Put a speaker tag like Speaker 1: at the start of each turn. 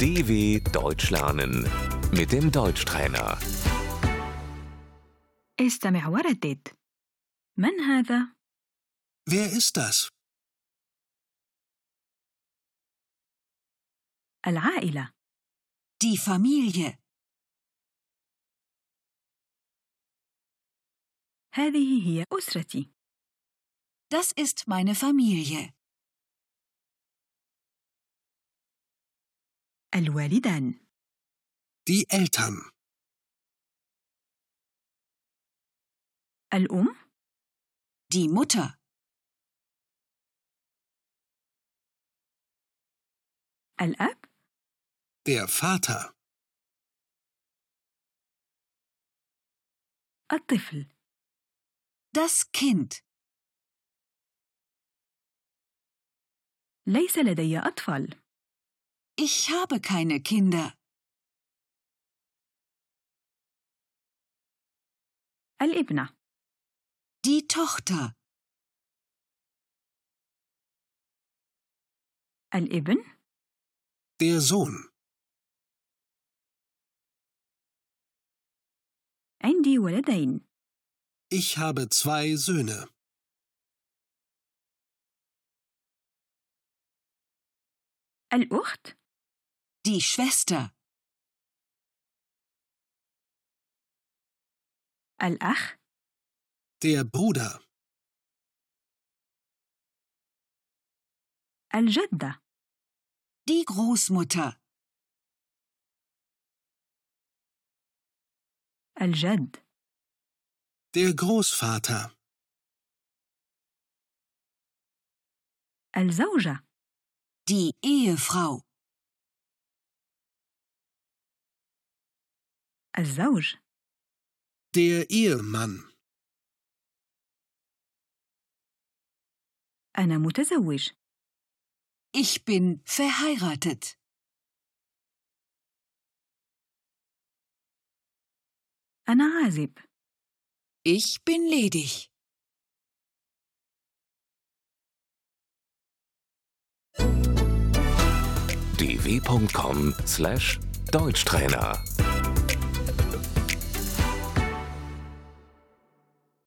Speaker 1: DW Deutsch lernen mit dem Deutschtrainer.
Speaker 2: استمع وردد من هذا؟
Speaker 3: Wer ist das?
Speaker 2: العائلة
Speaker 4: Die Familie.
Speaker 2: هذه هي أسرتي
Speaker 4: Das ist meine Familie.
Speaker 2: الوالدان
Speaker 3: Die Eltern.
Speaker 2: الأم
Speaker 4: Die Mutter.
Speaker 2: الأب
Speaker 3: Der Vater.
Speaker 2: الطفل
Speaker 4: Das Kind.
Speaker 2: ليس لدي أطفال
Speaker 4: Ich habe keine Kinder.
Speaker 2: الابنة
Speaker 4: Die Tochter.
Speaker 2: الابن
Speaker 3: Der Sohn.
Speaker 2: عندي ولدين
Speaker 3: Ich habe zwei Söhne.
Speaker 2: الأخت
Speaker 4: Die Schwester.
Speaker 2: الأخ
Speaker 3: Der Bruder.
Speaker 2: الجدة
Speaker 4: Die Großmutter.
Speaker 2: الجد
Speaker 3: Der Großvater.
Speaker 2: الزوجة
Speaker 4: Die Ehefrau.
Speaker 2: الزوج
Speaker 3: Der Ehemann.
Speaker 2: أنا متزوج
Speaker 4: Ich bin verheiratet.
Speaker 2: أنا عازب
Speaker 4: Ich bin ledig.
Speaker 1: dw.com/deutschtrainer